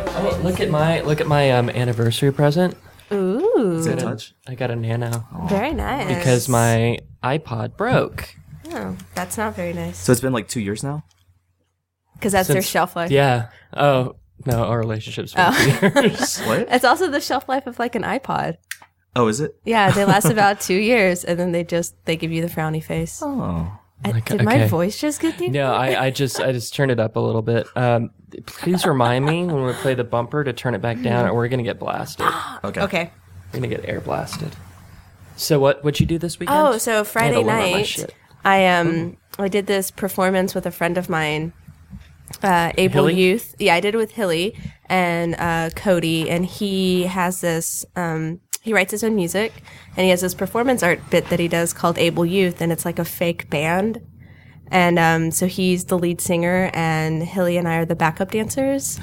at my look at my um, anniversary present. Ooh, I got a- I got a nano very nice. because my iPod broke. oh, that's not very nice. So it's been like two years now. Because that's their Since- shelf life. Oh. Yeah. Oh no, our relationship's been years. What? It's also the shelf life of like an iPod. Oh, is it? Yeah, they last about two years, and then they just they give you the frowny face. Oh, I- Like, did my okay. voice just get deep? No, I, I just I just turned it up a little bit. Um, please remind me when we play the bumper to turn it back down, or we're gonna get blasted. okay. Okay. We're gonna get air blasted. So what what you do this weekend? Oh, so Friday lower my night, shit. I um I did this performance with a friend of mine, uh, April Hilly? Youth. Yeah, I did it with Hilly and uh, Cody, and he has this. Um, he writes his own music, and he has this performance art bit that he does called Able Youth, and it's like a fake band. And um, so he's the lead singer, and Hilly and I are the backup dancers.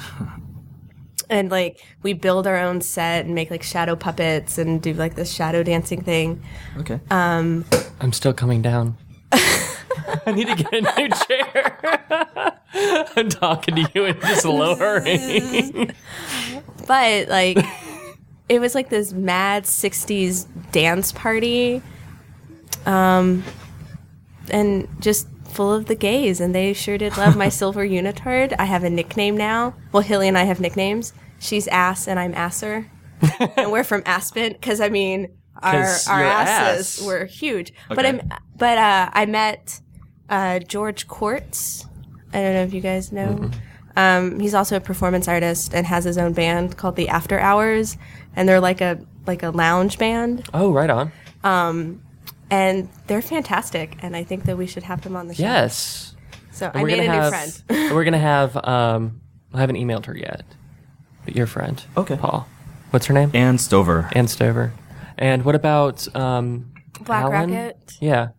and like we build our own set and make like shadow puppets and do like this shadow dancing thing. Okay. Um, I'm still coming down. I need to get a new chair. I'm talking to you and just lowering. but like it was like this mad 60s dance party um and just full of the gays and they sure did love my silver unitard i have a nickname now well hilly and i have nicknames she's ass and i'm asser and we're from aspen because i mean our, 'Cause our your asses ass. were huge but Okay. i'm but uh, i met uh, george quartz i don't know if you guys know Mm-hmm. um, he's also a performance artist and has his own band called the After Hours, and they're like a like a lounge band, Oh, right on. and they're fantastic. And I think that we should have them on the show. Yes. So And I made a new have, friend. we're gonna have um I haven't emailed her yet. But your friend. Okay. Paul. What's her name? and Stover. Ann Stover. And what about um Black Alan? Rocket. Yeah.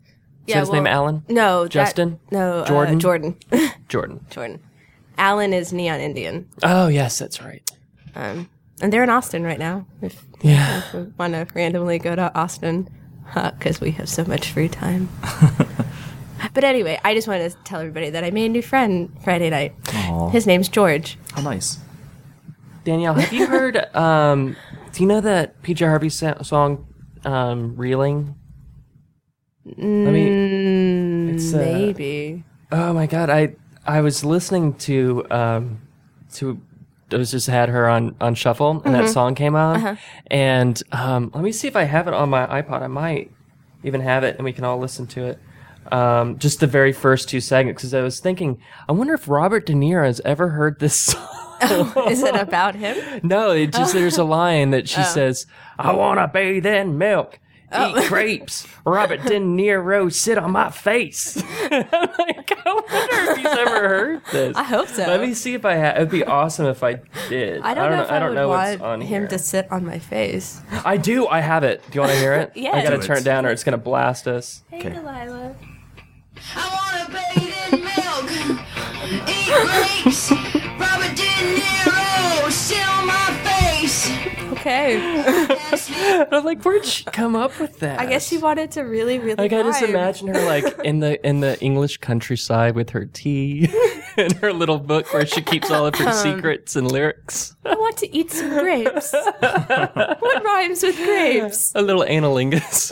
Yeah, so his name well- Alan? No, that- Justin? no, uh, Jordan? Jordan. Jordan. Jordan. Alan is Neon Indian, Oh yes, that's right. and they're in Austin right now. If Yeah. you want to randomly go to Austin, because we have so much free time. but anyway, I just wanted to tell everybody that I made a new friend Friday night. Aw. His name's George. How nice. Danielle, have you heard? um, do you know that PJ Harvey sa- song, um, "Reeling"? Let me. It's, uh, Maybe. Oh my god! I I was listening to um, to I was just had her on on shuffle, and that song came on. And um, let me see if I have it on my iPod. I might even have it, and we can all listen to it. Um, just the very first two segments, because I was thinking, I wonder if Robert De Niro has ever heard this song. Is it about him? No, it just there's a line that Oh. she says, "I want to bathe in milk, eat crepes, Robert De Niro sit on my face." I'm like, I wonder if he's ever heard this. I hope so. Let me see if I have. It'd be awesome if I did. I don't, know, if I, I don't would know what's want on him here. to sit on my face. I do. I have it. Do you want to hear it? I Yes. gotta Do it. turn it down, or it's gonna blast us. Hey, Okay. Delilah. I wanna bathe in milk, eat grapes, Robert De Niro, sit on my face. Okay. And I'm like, where'd she come up with that? I guess she wanted to really, really. Like I just rhyme. imagine her like in the in the English countryside with her tea and her little book where she keeps all of her secrets and lyrics. I want to eat some grapes. what rhymes with grapes? A little analingus,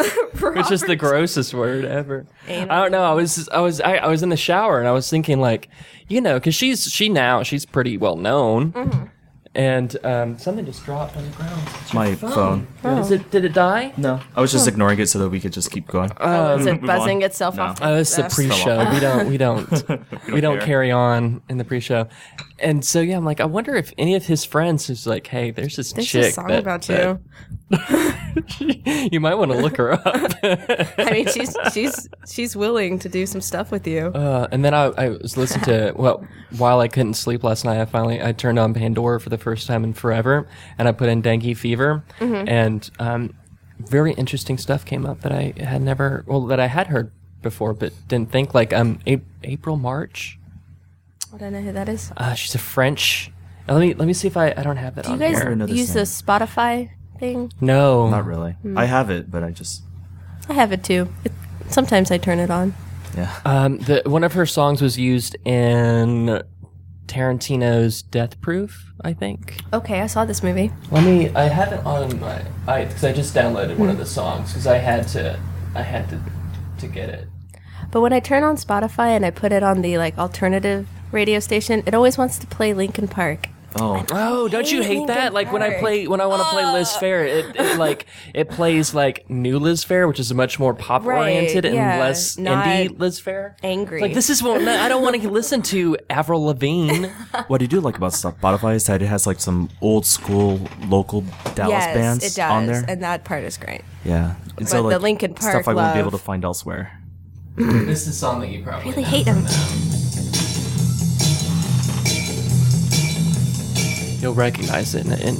which is the Robert. grossest word ever. I don't know. I was I was I, I was in the shower and I was thinking like, you know, because she's she now she's pretty well known, and um, something just dropped on the ground. It's your My phone. Is it did it die? No, I was just ignoring it so that we could just keep going. Is it um, move buzzing on. itself No. off? Uh, Oh, it's the Yes. pre-show. We don't. We don't. we don't care. carry on in the pre-show. And so yeah, I'm like, I wonder if any of his friends is like, hey, there's this There's chick a song that- about that- you. you might want to look her up. I mean, she's she's she's willing to do some stuff with you. Uh, and then I, I was listening to well, while I couldn't sleep last night, I finally I turned on Pandora for the first time in forever, and I put in Dengue Fever, Mm-hmm. and um, very interesting stuff came up that I had never well that I had heard before, but didn't think like um A- April March. I don't know who that is. Uh, she's a French. uh, Let me let me see if I I don't have that Do you on guys here. another use the song. Spotify thing? No, Not really. Hmm. I have it, but I just I have it too. It, sometimes I turn it on. yeah. um, the one of her songs was used in Tarantino's Death Proof, I think. Okay, I saw this movie. Let me. I have it on my. I because I just downloaded one of the songs because I had to. I had to to get it. But when I turn on Spotify and I put it on the like alternative radio station, it always wants to play Linkin Park. Oh, Oh, don't you hate Linkin that? Like when I Park. play when I want to play Liz Fair, it, it like it plays like new Liz Fair, which is much more pop Right, oriented and yeah, less not indie Liz Fair. angry. Like this is what I don't want to listen to Avril Lavigne. what I do like about Spotify is that it has like some old school local Dallas yes, bands it does, on there. and that part is great. yeah, and But the Linkin Park stuff I won't be love- able to find elsewhere. this is a song that you probably Really hate him. You'll recognize it. In, in,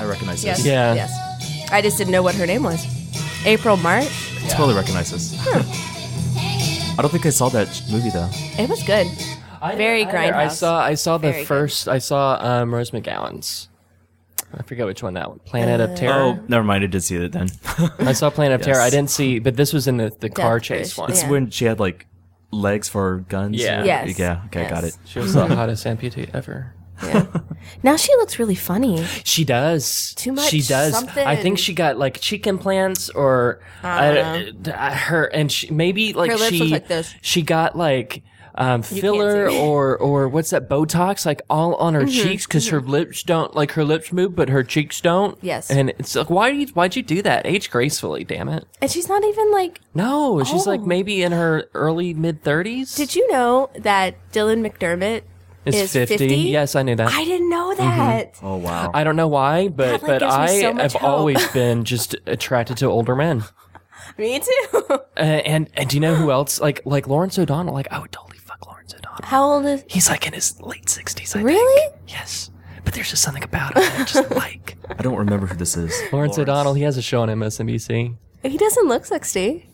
I recognize Yes. this. Yeah. Yes. I just didn't know what her name was. April March. I totally recognize this. I don't think I saw that movie though. It was good. I, Very I- I grindhouse. saw. I saw the Very good. first. I saw um, Rose McGowan's. I forget which one that one. Planet Uh, of Terror. Oh, never mind. I did see it then. I saw Planet of Terror. I Yes. didn't see, but this was in the, the car chase Fish. one. It's Yeah. when she had like legs for guns. Yeah. Yes. Yeah. Okay, got it. Yes. She was the hottest amputee ever. Now she looks really funny. She does. Too much She does. I something. think she got like cheek implants or uh, I, I- her and she maybe like Her lips she look like this. she got like um, filler see. Mm-hmm, or or what's that Botox like all on her cheeks because her lips don't like her lips move but her cheeks don't. Yes. And it's like why you why'd you do that? Age gracefully, damn it. And she's not even like No, she's like Oh. maybe in her early mid thirties. Did you know that Dylan McDermott Is is 50? 50? Yes, Mm-hmm. I knew that. I didn't know that. Oh wow. I don't know why, but God, that but gives me I so much have hope. always been just attracted to older men. Me too. Uh, and and do you know who else? Like like Lawrence O'Donnell. Like I would totally fuck Lawrence O'Donnell. How old is He's like in his late sixties. I Really? Think. Yes, but there's just something about him that I just like. I don't remember who this is. Lawrence O'Donnell. He has a show on MSNBC. He doesn't look sixty.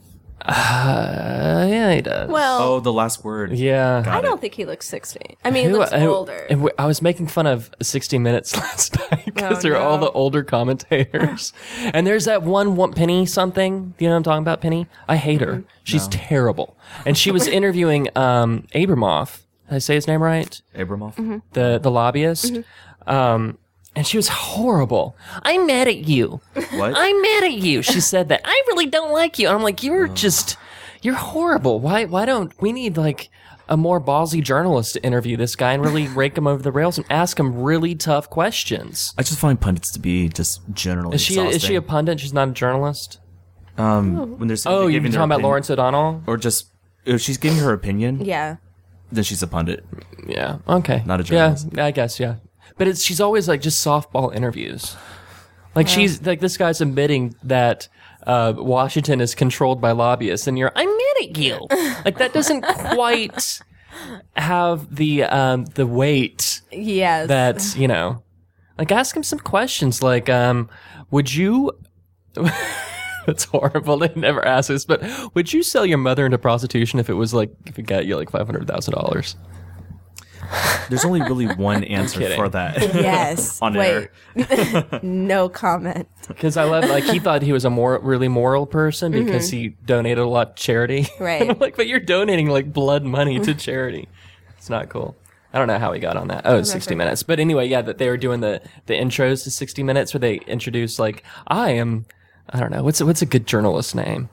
Uh, yeah, he does. Well, Oh, the last word. yeah. I don't think he looks sixty. I mean, he Who- uh, looks who- older. and we- I was making fun of 60 Minutes last night because Oh, they're all no. the older commentators. and there's that one, one Penny something. You know what I'm talking about, Penny? I hate her. She's terrible. And she was interviewing um, Abramoff. Did I say his name right? Abramoff. Mm-hmm. The the lobbyist. Mm-hmm. Um, and she was horrible. I'm mad at you. What? I'm mad at you. She said that. I really don't like you. And I'm like, you're just, you're horrible. Why, why don't we need like a more ballsy journalist to interview this guy and really rake him over the rails and ask him really tough questions? I just find pundits to be just generally. Is she, is she a exhausting. pundit? She's not a journalist. um when there's Oh, they're you're giving talking their about opinion- Lawrence O'Donnell? or just if she's giving her opinion, yeah. then she's a pundit. Yeah. Okay. Not a journalist. Yeah, I guess. Yeah. But it's she's always like just softball interviews. Like she's like this guy's admitting that uh, Washington is controlled by lobbyists, and you're I'm mad at you. like that doesn't quite have the um, the weight Yes. that you know. Like ask him some questions. Like, um, would you? That's horrible. They never ask this, but would you sell your mother into prostitution if it was like if it got you like five hundred thousand dollars? There's only really one answer kidding. for that. yes. On Wait. air. no comment. Because I love, like, he thought he was a more really moral person because he donated a lot to charity. Mm-hmm. Right. I'm like, but you're donating like blood money to charity. It's not cool. I don't know how he got on that. Oh, it's 60 Minutes. But anyway, yeah, that they were doing the the intros to 60 Minutes where they introduce like, I am, I don't know, what's a, what's a good journalist name?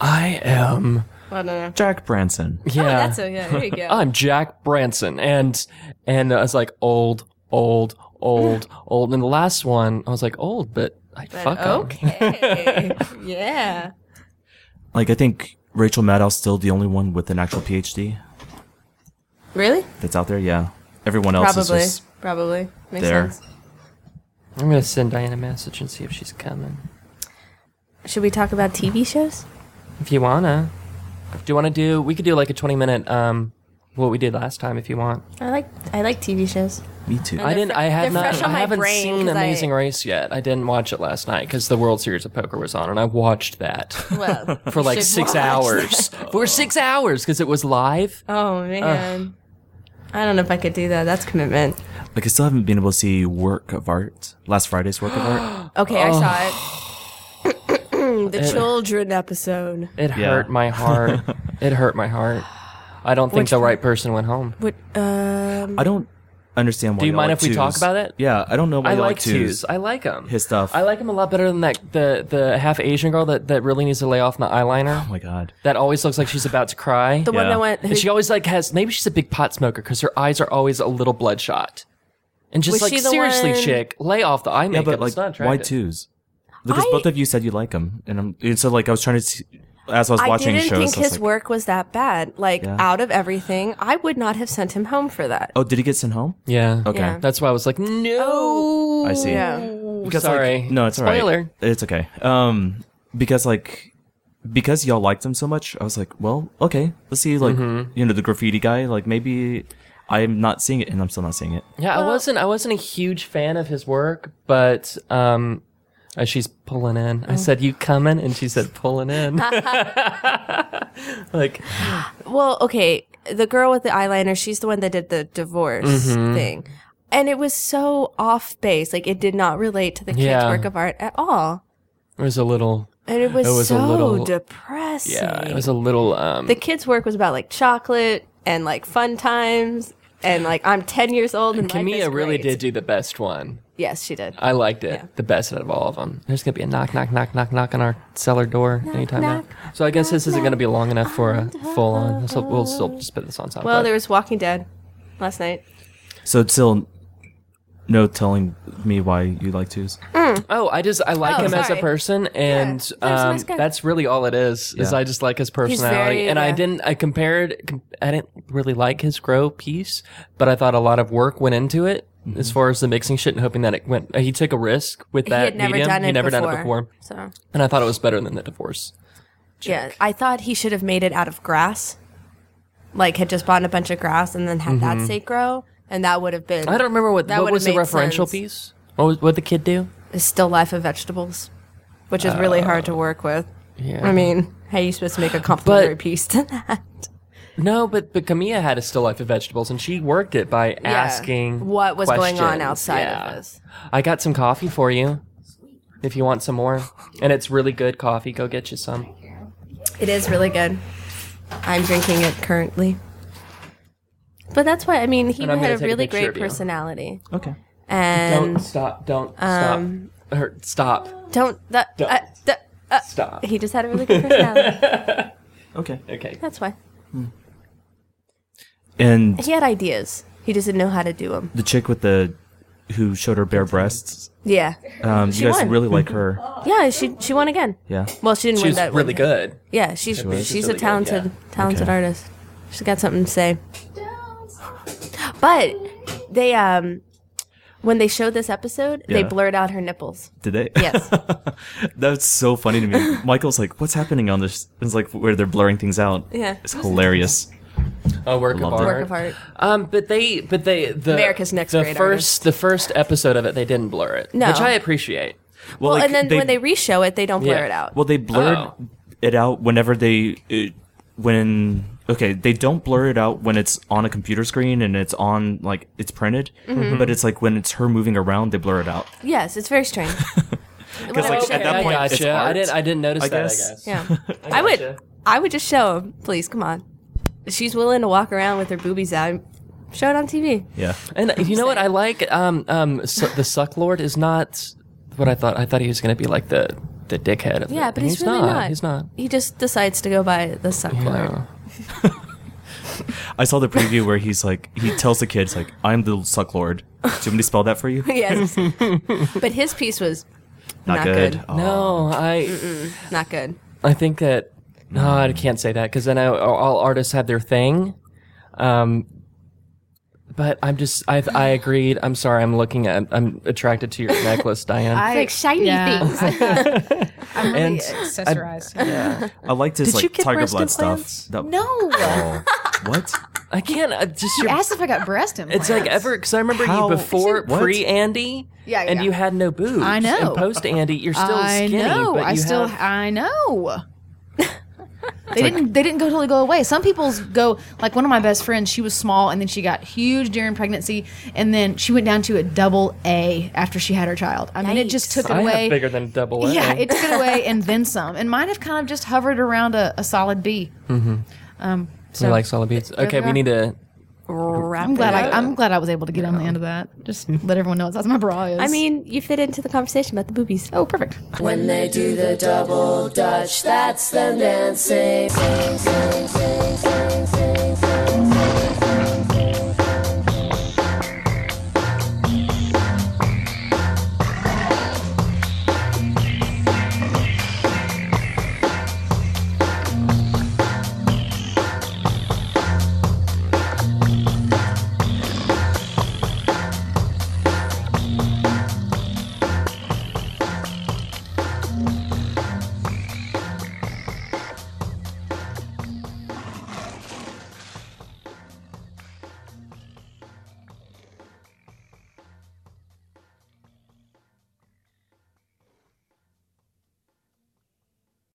I am, I don't know. Jack Branson. yeah, Oh, Uh, That's a, yeah. There you go. I'm Jack Branson, and and I was like old, old, old, old. And the last one, I was like old, but I fuck 'em. okay. yeah. Like I think Rachel Maddow's still the only one with an actual PhD Really? that's out there. Yeah, everyone else Probably. is just Probably. Makes there. sense. I'm gonna send Diane a message and see if she's coming. Should we talk about TV shows? If you wanna, do you wanna do? We could do like a 20 minute um, what we did last time if you want. I like I like TV shows. me too. I didn't. fre- I they're had not. fresh on I my haven't brain seen 'cause I- Amazing Race yet. I didn't watch it last night because the World Series of Poker was on, and I watched that Well, for like should six watch hours. For six hours because it was live. oh man. I don't know if I could do that. That's commitment. like I still haven't been able to see work of art. Last Friday's work of art. Okay, I saw Oh. it. the children episode. It Yeah. hurt my heart. it hurt my heart. I don't think Which the one? right person went home. What? Um, I don't understand why. Do you y'all mind like if we talk twos. about it? Yeah, I don't know why I y'all Oh like twos. twos. I like him. His stuff. I like him a lot better than that the the half Asian girl that, that really needs to lay off the eyeliner. oh my god. that always looks like she's about to cry. the one Yeah. that went. and she who- always like has maybe she's a big pot smoker because her eyes are always a little bloodshot. And just Was like she the seriously, one- chick, lay off the eye Yeah, makeup. but like it's not why attractive. twos? Because I- both of you said you like him, and I'm and so like I was trying to see, as I was I watching didn't shows. think I was his like, work was that bad. Like Yeah. out of everything, I would not have sent him home for that. Oh, did he get sent home? Yeah. Okay, Yeah. That's why I was like, no. I see. Oh, Because, like- Sorry. no, it's alright. Spoiler. It's okay. Um, because like because y'all liked him so much, I was like, well, okay, let's see. Like Mm-hmm. you know the graffiti guy. Like maybe I'm not seeing it, and I'm still not seeing it. Yeah, I wasn't. I wasn't a huge fan of his work, but um, uh, she's pulling in. Oh. I said, "You coming?" And she said, "Pulling in." like, Well, okay, the girl with the eyeliner, she's the one that did the divorce Mm-hmm. thing. And it was so off base. Like it did not relate to the kid's Yeah. work of art at all. it was a little. And it was, It was a so little- depressing. Yeah, it was a little. Um, the kids' work was about like chocolate and like fun times and like I'm ten years old and life is Camilla really great. did do the best one. Yes, she did. I liked it Yeah. the best out of all of them. There's gonna be a knock, knock, knock, knock, knock on our cellar door anytime knock, now. So I guess this isn't gonna be long enough for a full on. So we'll still just put this on top. well, but- there was Walking Dead last night. So it's still no telling me why you like twos. Oh, I just I like Oh, him as a sorry. person, and Yeah, he's a um, nice guy. that's really all it is. Is Yeah. I just like his personality, very, and I yeah. didn't. I compared. Com- I didn't really like his grow piece, but I thought a lot of work went into it as far as the mixing shit and hoping that it went. He took a risk with he that had never medium. done it he never before. done it before, So and I thought it was better than the divorce. Yeah, I thought he should have made it out of grass. Like had just bought a bunch of grass and then had that steak grow, and that would have been. Mm-hmm. I don't remember what That what would've was the made referential sense. piece. What was what the kid do? It's still life of vegetables, which is really hard to work with. Yeah. I mean, how are you supposed to make a complimentary Oh. But- piece to that? No, but but Camilla had a still life of vegetables, and she worked it by asking what was going on questions. outside of this. I got some coffee for you, if you want some more, and it's really good coffee. Go get you some. It is really good. I'm drinking it currently. But that's why I mean he And I'm gonna had take a a really picture great of you. personality, Okay. and don't stop! Don't um, stop! Her, stop! don't, that Don't. uh, that- uh, Stop! he just had a really good personality. Okay. Okay. that's why And he had ideas. He just didn't know how to do them. the chick with the who showed her bare breasts. Yeah. Um, She you guys won. really like her. Yeah, she she won again. Yeah. Well, she didn't She win was that. really one. good. Yeah, she's was. she's She's a really good, talented yeah. talented Okay. artist. She's got something to say. But they um when they showed this episode, they Yeah. blurred out her nipples. Did they? Yes. That's so funny to me. Michael's like, "What's happening on this?" It's like where they're blurring things out. Yeah. It's hilarious. A work of Loved it. art. Work of art. Um, but they, but they, the America's Next the Great first, Artist. the first episode of it, they didn't blur it, No. which I appreciate. Well, like, and then when they reshow it, they don't blur Yeah. it out. well they blurred Oh. it out whenever they uh, when okay they don't blur it out when it's on a computer screen and it's on like it's printed, Mm-hmm. but it's like when it's her moving around they blur it out. yes, it's very strange. Whatever like, show at that it I is. point, gotcha. it's I art, didn't, I didn't notice I that. guess. I guess. yeah. I gotcha. would I would just show 'em. Please, come on. She's willing to walk around with her boobies out. Show it on TV. Yeah, And you know what I like? Um, um, su- the suck lord is not what I thought. I thought he was going to be like the the dickhead. Of Yeah, it. but And he's, really not. He's not. He just decides to go by the suck No. I saw the preview where he's like he tells the kids like I'm the suck lord. Do you want me to spell that for you? yes. but his piece was Not good. Aw. No, Oh, I not good. I think that no, I can't say that because then I, all artists have their thing. Um, but I'm just I I agreed. I'm sorry. I'm looking at I'm attracted to your necklace, Diane. I, like shiny things. I'm, not, I'm really And I- accessorized. I liked his Did you like get tiger breast blood implants? stuff. That- No. Oh. what? I can't I just You your asked if I got breast implants. It's like ever because I remember How- you before What? pre Andy, Yeah, and yeah. you had no boobs. I know. And post Andy, you're still I skinny, know. but you I still. have I know. they didn't. They didn't go totally go away. Some people's go like one of my best friends. She was small, and then she got huge during pregnancy, and then she went down to a double A after she had her child. I mean, it just took it I away. have bigger than double. A. yeah, it took it away, and then some. And mine have kind of just hovered around a, a solid B. Um, he likes all the beats. Okay, we need to. Wrap I'm glad it I, up. I'm glad I was able to get on the end of that. Just let everyone know what size my bra is. I mean, you fit into the conversation about the boobies. oh, perfect. When they do the double dutch, that's them dancing. Sing, sing, sing, sing.